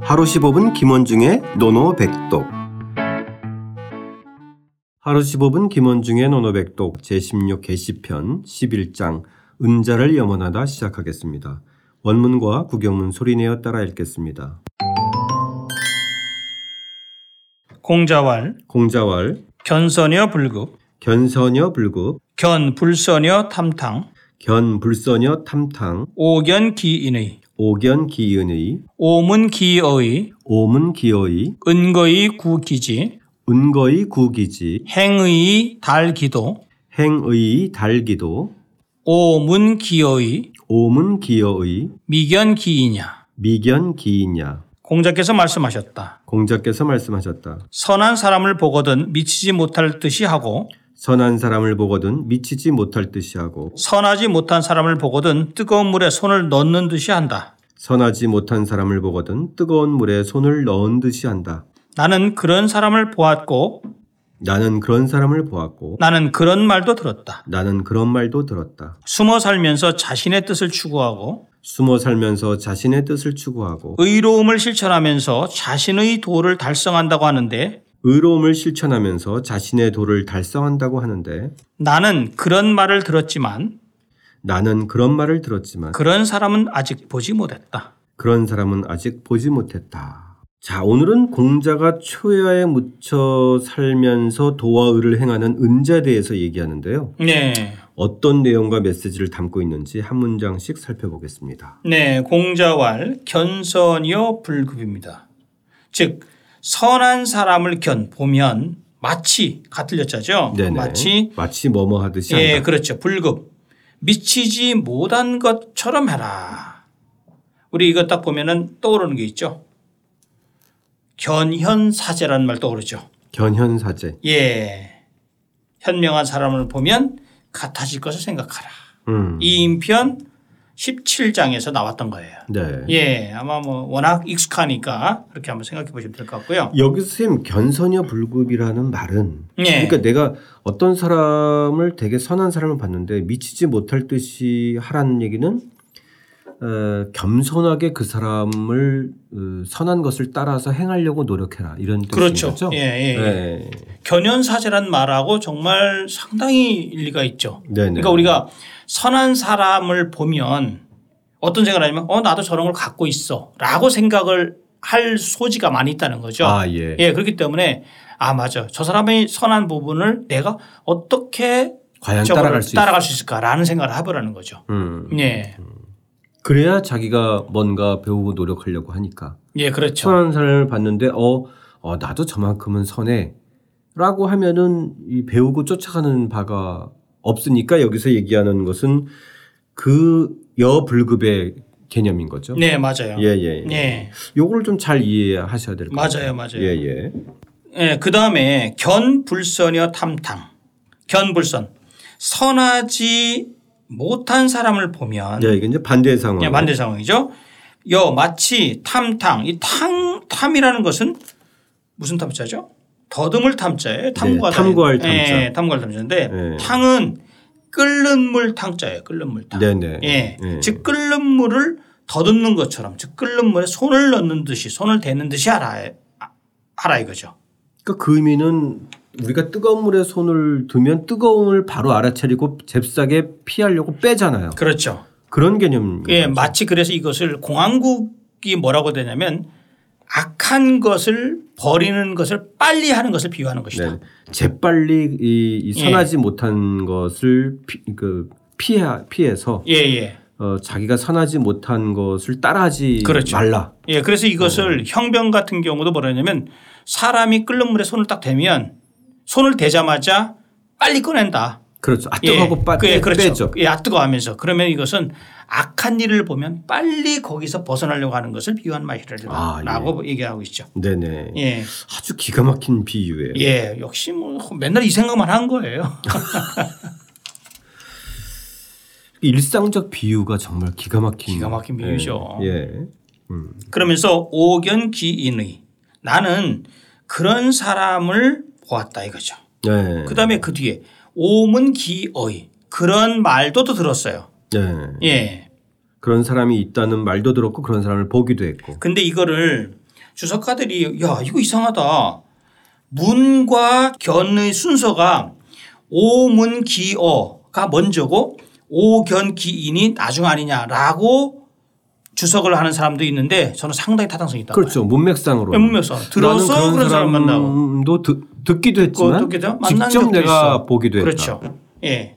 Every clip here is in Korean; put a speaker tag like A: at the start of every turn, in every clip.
A: 하루 15분 김원중의 노노백독 하루 15분 김원중의 노노백독 제16 개시편 11장 은자를 염원하다 시작하겠습니다. 원문과 구경문 소리내어 따라 읽겠습니다.
B: 공자왈
A: 공자왈
B: 견선여 불급
A: 견선여 불급
B: 견 불선여 탐탕
A: 견 불선여 탐탕
B: 오견 기인의
A: 오견 기은의
B: 오문 기어의
A: 오문 기어의
B: 은거의 구기지
A: 은거의 구기지
B: 행의 달기도
A: 행의 달기도
B: 오문 기어의
A: 오문 기어의
B: 미견 기이냐
A: 미견 기이냐
B: 공자께서 말씀하셨다.
A: 공자께서 말씀하셨다.
B: 선한 사람을 보거든 미치지 못할 듯이 하고
A: 선한 사람을 보거든 미치지 못할 듯이 하고
B: 선하지 못한 사람을 보거든 뜨거운 물에 손을 넣는 듯이 한다.
A: 선하지 못한 사람을 보거든 뜨거운 물에 손을 넣은 듯이 한다.
B: 나는 그런 사람을 보았고
A: 나는 그런 사람을 보았고
B: 나는 그런 말도 들었다.
A: 나는 그런 말도 들었다.
B: 숨어 살면서 자신의 뜻을 추구하고
A: 숨어 살면서 자신의 뜻을 추구하고
B: 의로움을 실천하면서 자신의 도를 달성한다고 하는데
A: 의로움을 실천하면서 자신의 도를 달성한다고 하는데
B: 나는 그런 말을 들었지만
A: 나는 그런 말을 들었지만
B: 그런 사람은 아직 보지 못했다.
A: 그런 사람은 아직 보지 못했다. 자, 오늘은 공자가 초야에 묻혀 살면서 도와 의를 행하는 은자에 대해서 얘기하는데요.
B: 네.
A: 어떤 내용과 메시지를 담고 있는지 한 문장씩 살펴보겠습니다.
B: 네, 공자왈 견선이요 불급입니다. 즉 선한 사람을 견 보면 마치 같은 려자죠.
A: 네네.
B: 마치
A: 마치 뭐뭐 하듯이
B: 예,
A: 한다.
B: 그렇죠. 불급 미치지 못한 것처럼 해라. 우리 이거 딱 보면은 떠오르는 게 있죠. 견현사제라는 말 떠오르죠.
A: 견현사제.
B: 예. 현명한 사람을 보면 같아질 것을 생각하라.
A: 음.
B: 이 인편 17장에서 나왔던 거예요.
A: 네.
B: 예, 아마 뭐 워낙 익숙하니까 그렇게 한번 생각해 보시면 될 것 같고요.
A: 여기서 쌤 견선여 불급이라는 말은
B: 예.
A: 그러니까 내가 어떤 사람을 되게 선한 사람을 봤는데 미치지 못할 듯이 하라는 얘기는 어, 겸손하게 그 사람을 어, 선한 것을 따라서 행하려고 노력해라 이런 뜻인
B: 그렇죠.
A: 거죠.
B: 예, 예.
A: 네.
B: 견현사제란 말하고 정말 상당히 일리가 있죠.
A: 네
B: 그러니까 우리가 선한 사람을 보면 어떤 생각을 하냐면 어 나도 저런 걸 갖고 있어라고 생각을 할 소지가 많이 있다는 거죠.
A: 아 예.
B: 예 그렇기 때문에 아 맞아 저 사람의 선한 부분을 내가 어떻게
A: 과연
B: 저거를
A: 따라갈 수
B: 따라갈 수 있을까라는 생각을 해보라는 거죠.
A: 음.
B: 예,
A: 그래야 자기가 뭔가 배우고 노력하려고 하니까
B: 예 그렇죠.
A: 선한 사람을 봤는데 어, 어 나도 저만큼은 선해라고 하면은 이 배우고 쫓아가는 바가 없으니까 여기서 얘기하는 것은 그 여불급의 개념인 거죠.
B: 네 맞아요.
A: 예, 예. 예.
B: 예,
A: 요거를 좀 잘 이해하셔야 될 것 같아요.
B: 맞아요,
A: 예,
B: 맞아요.
A: 예.
B: 예, 그 다음에 견불선여 탐탕. 견불선. 선하지 못한 사람을 보면
A: 예, 이게 이제 반대 상황.
B: 예, 반대 상황이죠. 여 마치 탐탕 이 탕 탐이라는 것은 무슨 탐자죠? 더듬을 탐자예요. 탐구할
A: 네, 탐구할 탐자.
B: 예, 탐구할 탐자인데
A: 네.
B: 탕은 끓는 물 탕자예요. 끓는 물 탕.
A: 네, 네.
B: 예. 즉 끓는 물을 더듬는 것처럼 즉 끓는 물에 손을 넣는 듯이 손을 대는 듯이 하라 아, 하라 이거죠.
A: 그러니까 그 의미는 우리가 뜨거운 물에 손을 두면 뜨거움을 바로 알아차리고 잽싸게 피하려고 빼잖아요.
B: 그렇죠.
A: 네, 그런 개념.
B: 예, 마치 그래서 이것을 공항국이 뭐라고 되냐면 악한 것을 버리는 것을 빨리 하는 것을 비유하는 것이다.
A: 네. 재빨리 이, 이
B: 예.
A: 선하지 못한 것을 피, 그 피해 피해서
B: 예, 예.
A: 어, 자기가 선하지 못한 것을 따라하지
B: 그렇죠.
A: 말라.
B: 예, 그래서 이것을
A: 어.
B: 형병 같은 경우도 뭐라냐면 사람이 끓는 물에 손을 딱 대면 손을 대자마자 빨리 꺼낸다.
A: 그렇죠. 아뜨하고
B: 예,
A: 빠
B: 그, 예, 그렇죠.
A: 빼죠.
B: 예, 아뜨거하면서 그러면 이것은 악한 일을 보면 빨리 거기서 벗어나려고 하는 것을 비유한
A: 아, 예.
B: 맛이라고 얘기하고 있죠.
A: 네네.
B: 예,
A: 아주 기가 막힌 비유예요.
B: 예, 역시 뭐 맨날 이 생각만 한 거예요.
A: 일상적 비유가 정말 기가 막힌.
B: 기가 막힌 비유죠.
A: 예. 예. 음.
B: 그러면서 오견기인의 나는 그런 사람을 보았다 이거죠.
A: 예.
B: 그 다음에 그 뒤에 오문기의 그런 말도 또 들었어요.
A: 예.
B: 예.
A: 그런 사람이 있다는 말도 들었고 그런 사람을 보기도 했고.
B: 근데 이거를 주석가들이 야 이거 이상하다. 문과 견의 순서가 오문 기어가 먼저고 오견 기인이 나중 아니냐라고 주석을 하는 사람도 있는데 저는 상당히 타당성이 있다. 네,
A: 그렇죠. 문맥상으로.
B: 문맥상. 들어서
A: 나는
B: 그런 사람 어,
A: 사람도 듣, 듣기도 했지만
B: 듣게 돼요? 만난
A: 직접
B: 적도
A: 내가
B: 있어.
A: 보기도 했다.
B: 그렇죠. 예.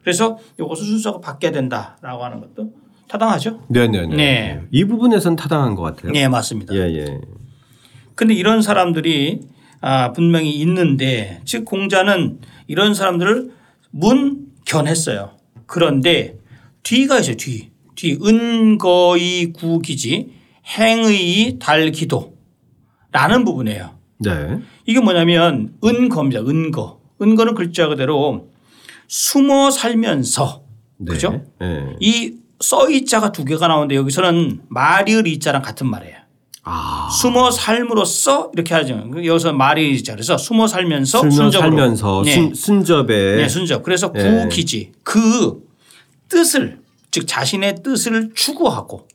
B: 그래서 이것을 순서가 바뀌어야 된다라고 하는 것도 타당하죠.
A: 네네네.
B: 네.
A: 이 부분에선 타당한 것 같아요.
B: 네, 맞습니다.
A: 예, 예.
B: 근데 이런 사람들이 아, 분명히 있는데 즉 공자는 이런 사람들을 문견했어요. 그런데 뒤가 있어요. 뒤. 뒤 은거의 구기지 행의 달기도라는 부분이에요.
A: 네.
B: 이게 뭐냐면 은거입니다. 은거. 은거는 글자 그대로 숨어 살면서
A: 네.
B: 그죠?
A: 예.
B: 이 써이자가 두 개가 나오는데 여기서는 말이을 이자랑 같은 말이에요.
A: 아.
B: 숨어 삶으로써 이렇게 하죠. 그 여기서 말이자 그래서 숨어 살면서
A: 살면,
B: 순적으로
A: 살면서
B: 네.
A: 순, 순접에
B: 네, 순적. 그래서
A: 네.
B: 구기지 그 뜻을 즉 자신의 뜻을 추구하고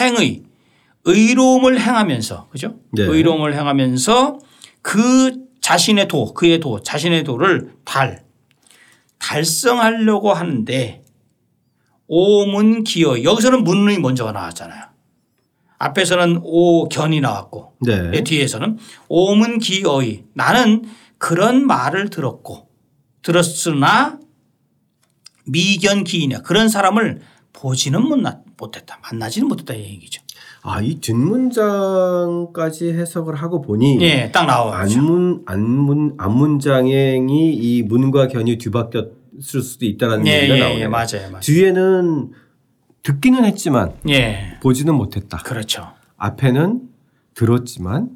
B: 행의 의로움을 행하면서 그죠?
A: 네.
B: 의로움을 행하면서 그 자신의 도 그의 도 자신의 도를 달 달성하려고 하는데 오문 기어 여기서는 문의 먼저가 나왔잖아요. 앞에서는 오견이 나왔고
A: 네.
B: 예, 뒤에서는 오문 기어이 나는 그런 말을 들었고 들었으나 미견 기이냐 그런 사람을 보지는 못나- 못했다 만나지는 못했다 이 얘기죠.
A: 아, 이 뒷문장까지 해석을 하고 보니
B: 예, 딱 나와요.
A: 음. 안문 안문 안문장행이 이 문과 견이 뒤바뀌었을 수도 있다라는
B: 예,
A: 얘기가
B: 예,
A: 나오네요.
B: 예, 맞아요, 맞아요.
A: 뒤에는 듣기는 했지만
B: 예,
A: 보지는 못했다.
B: 그렇죠.
A: 앞에는 들었지만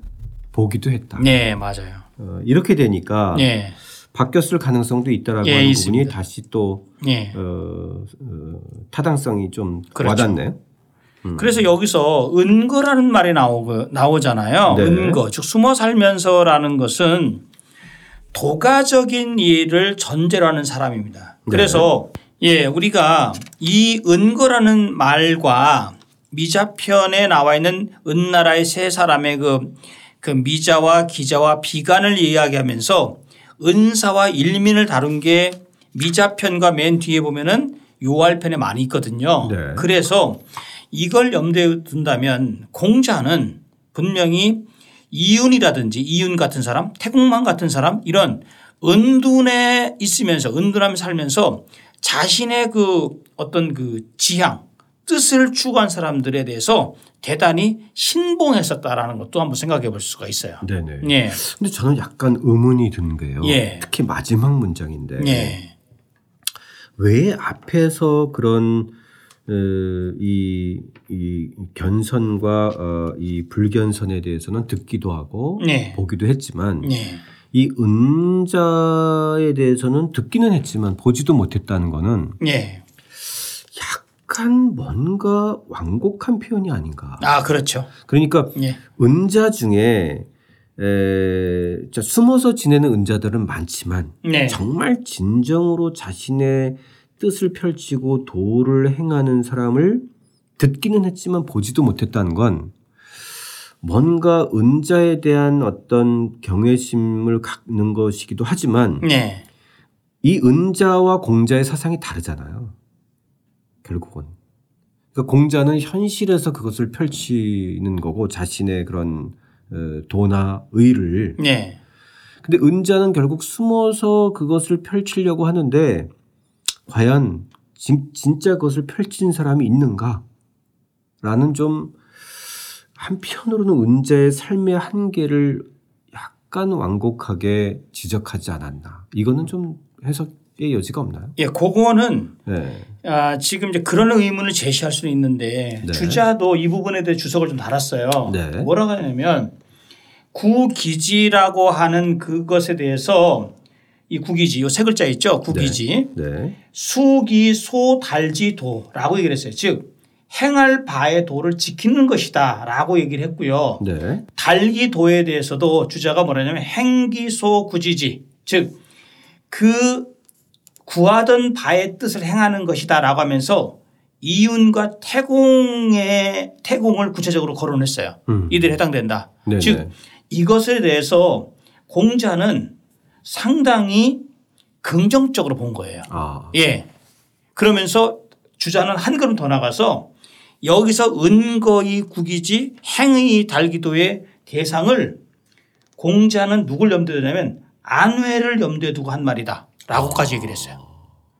A: 보기도 했다.
B: 예, 맞아요.
A: 어, 이렇게 되니까
B: 예,
A: 바뀌었을 가능성도 있다라고
B: 예,
A: 하는 부분이
B: 있습니다.
A: 다시 또
B: 예.
A: 어, 어, 타당성이 좀
B: 그렇죠.
A: 와닿네요. 음.
B: 그래서 여기서 은거라는 말이 나오고 나오잖아요.
A: 네.
B: 은거 즉 숨어 살면서라는 것은 도가적인 일을 전제로 하는 사람입니다.
A: 네.
B: 그래서 예 우리가 이 은거라는 말과 미자편에 나와 있는 은나라의 세 사람의 그, 그 미자와 기자와 비간을 이야기하면서 은사와 일민을 다룬 게 미자편과 맨 뒤에 보면은 요할편에 많이 있거든요.
A: 네.
B: 그래서 이걸 염두에 둔다면 공자는 분명히 이윤이라든지 이윤 같은 사람, 태국만 같은 사람 이런 은둔에 있으면서 은둔하며 살면서 자신의 그 어떤 그 지향 뜻을 추구한 사람들에 대해서 대단히 신봉했었다라는 것도 한번 생각해 볼 수가 있어요.
A: 네네.
B: 예.
A: 근데 저는 약간 의문이 든 게요.
B: 예.
A: 특히 마지막 문장인데
B: 예.
A: 왜 앞에서 그런 어, 이, 이 견선과 어, 이 불견선에 대해서는 듣기도 하고
B: 네.
A: 보기도 했지만
B: 예.
A: 이 은자에 대해서는 듣기는 했지만 보지도 못했다는 거는
B: 예.
A: 약간 뭔가 완곡한 표현이 아닌가.
B: 아, 그렇죠.
A: 그러니까
B: 예.
A: 은자 중에 에, 자, 숨어서 지내는 은자들은 많지만
B: 네.
A: 정말 진정으로 자신의 뜻을 펼치고 도를 행하는 사람을 듣기는 했지만 보지도 못했다는 건 뭔가 은자에 대한 어떤 경외심을 갖는 것이기도 하지만
B: 예.
A: 이 은자와 공자의 사상이 다르잖아요. 결국은. 그러니까 공자는 현실에서 그것을 펼치는 거고 자신의 그런 어, 도나 의를
B: 예.
A: 근데 은자는 결국 숨어서 그것을 펼치려고 하는데 과연 진, 진짜 그것을 펼친 사람이 있는가? 라는 좀 한편으로는 은자의 삶의 한계를 약간 완곡하게 지적하지 않았나. 이거는 좀 해석의 여지가 없나요?
B: 예, 그거는
A: 네.
B: 아, 지금 이제 그런 의문을 제시할 수는 있는데
A: 네.
B: 주자도 이 부분에 대해 주석을 좀 달았어요.
A: 네.
B: 뭐라고 하냐면 구기지라고 하는 그것에 대해서 이 구기지 요 세 글자 있죠. 구기지
A: 네.
B: 수기 소 달지 도라고 얘기를 했어요. 즉 행할 바의 도를 지키는 것이다라고 얘기를 했고요.
A: 네.
B: 달기 도에 대해서도 주자가 뭐라냐면 행기소 구지지 즉 그 구하던 바의 뜻을 행하는 것이다라고 하면서 이윤과 태공의 태공을 구체적으로 거론했어요.
A: 음.
B: 이들이 해당된다.
A: 네,
B: 즉
A: 네.
B: 이것에 대해서 공자는 상당히 긍정적으로 본 거예요.
A: 아,
B: 예. 그러면서 주자는 한 걸음 더 나가서 여기서 은거의 국이지 행의 달기도의 대상을 공자는 누굴 염두에 두냐면 안회를 염두에 두고 한 말이다. 라고까지 얘기를 했어요.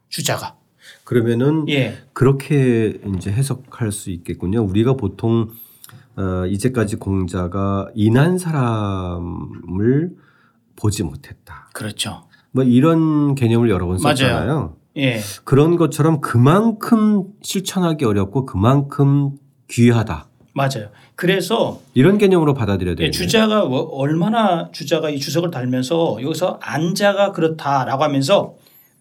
B: 주자가.
A: 그러면은
B: 예.
A: 그렇게 이제 해석할 수 있겠군요. 우리가 보통 어, 이제까지 공자가 인한 사람을 보지 못했다.
B: 그렇죠.
A: 뭐 이런 개념을 여러 번
B: 맞아요.
A: 썼잖아요.
B: 예.
A: 그런 것처럼 그만큼 실천하기 어렵고 그만큼 귀하다.
B: 맞아요. 그래서
A: 이런 개념으로 받아들여야
B: 예,
A: 되겠네요.
B: 주자가 워- 얼마나 주자가 이 주석을 달면서 여기서 안자가 그렇다라고 하면서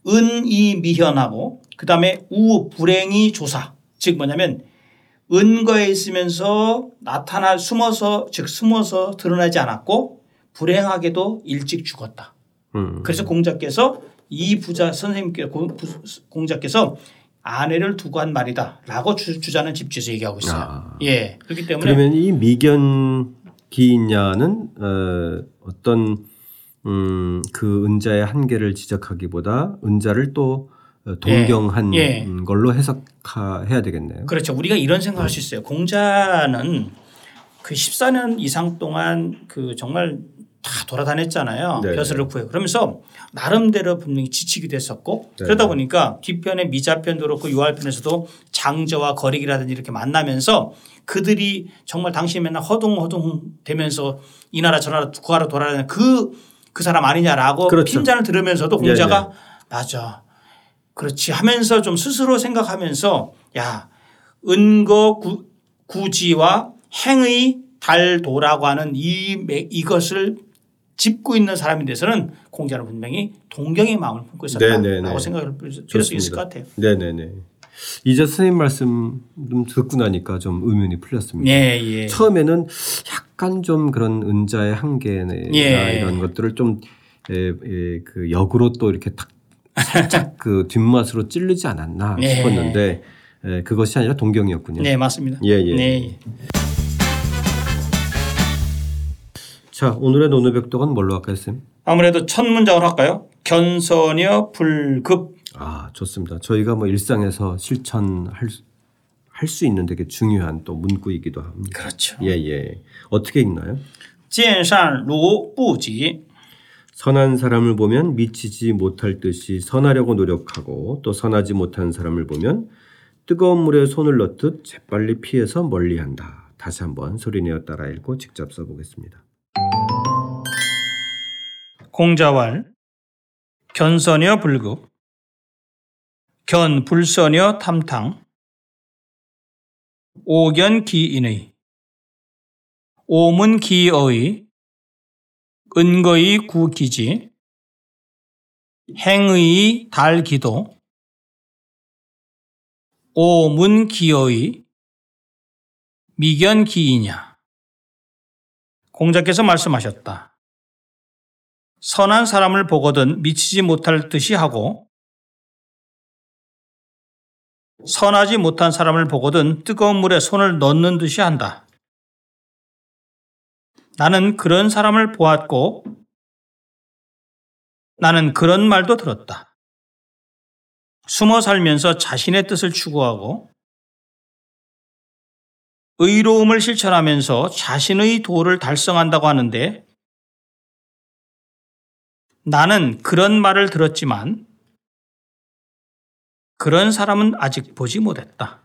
B: 은이 미현하고 그다음에 우 불행이 조사 즉 뭐냐면 은거에 있으면서 나타나 숨어서 즉 숨어서 드러나지 않았고 불행하게도 일찍 죽었다.
A: 음.
B: 그래서 공자께서 이 부자 선생님께 고- 부- 공자께서 아내를 두고 한 말이다라고 주, 주자는 집지에서 얘기하고 있어요.
A: 아.
B: 예 그렇기 때문에
A: 그러면 이 미견 기인냐는 어, 어떤 음, 그 은자의 한계를 지적하기보다 은자를 또 어, 동경한
B: 예, 예.
A: 음, 걸로 해석해야 되겠네요. 음.
B: 그렇죠. 우리가 이런 생각할 수 있어요. 공자는 그 14년 이상 동안 그 정말 다 돌아다녔잖아요.
A: 네.
B: 벼슬을 구해. 그러면서 나름대로 분명히 지치기도 했었고
A: 네.
B: 그러다 보니까 뒷편의 미자편도 그렇고 유알편에서도 장저와 거리기라든지 이렇게 만나면서 그들이 정말 당시 맨날 허둥허둥 되면서 이 나라 저 나라 구하러 돌아다니는 그, 그 사람 아니냐라고
A: 그렇죠.
B: 핀잔을 들으면서도
A: 네,
B: 공자가 맞아. 그렇지 하면서 좀 스스로 생각하면서 야 은거 구, 구지와 행의 달도라고 하는 이 매- 이것을 짚고 있는 사람이 돼서는 공자는 분명히 동경의 마음을 품고
A: 네, 네, 네.
B: 있었다라고 생각을 필 수 있을 것 같아요.
A: 네네네. 이제 선생님 말씀 좀 듣고 나니까 좀 의문이 풀렸습니다.
B: 예, 예.
A: 처음에는 약간 좀 그런 은자의 한계나
B: 예.
A: 이런 것들을 좀 에, 에, 그 역으로 또 이렇게 탁 살짝 그 뒷맛으로 찌르지 않았나
B: 예.
A: 싶었는데 에, 그것이 아니라 동경이었군요.
B: 네, 맞습니다.
A: 예, 예.
B: 네.
A: 자 오늘의 노노백독은 뭘로 할까요, 쌤?
B: 아무래도 첫 문장으로 할까요? 견선여 불급.
A: 아 좋습니다. 저희가 뭐 일상에서 실천할 수- 할수 있는 되게 중요한 또 문구이기도 합니다.
B: 그렇죠.
A: 예 예. 어떻게 읽나요?
B: 见善如不及.
A: 선한 사람을 보면 미치지 못할 듯이 선하려고 노력하고 또 선하지 못한 사람을 보면 뜨거운 물에 손을 넣듯 재빨리 피해서 멀리한다. 다시 한번 소리내어 따라 읽고 직접 써보겠습니다.
B: 공자왈 견선여 불급 견 불선여 탐탕 오견 기인의 오문 기의 은거의 구기지 행의 달기도 오문 기의 미견 기이냐 공자께서 말씀하셨다. 선한 사람을 보거든 미치지 못할 듯이 하고 선하지 못한 사람을 보거든 뜨거운 물에 손을 넣는 듯이 한다. 나는 그런 사람을 보았고 나는 그런 말도 들었다. 숨어 살면서 자신의 뜻을 추구하고 의로움을 실천하면서 자신의 도를 달성한다고 하는데 나는 그런 말을 들었지만 그런 사람은 아직 보지 못했다.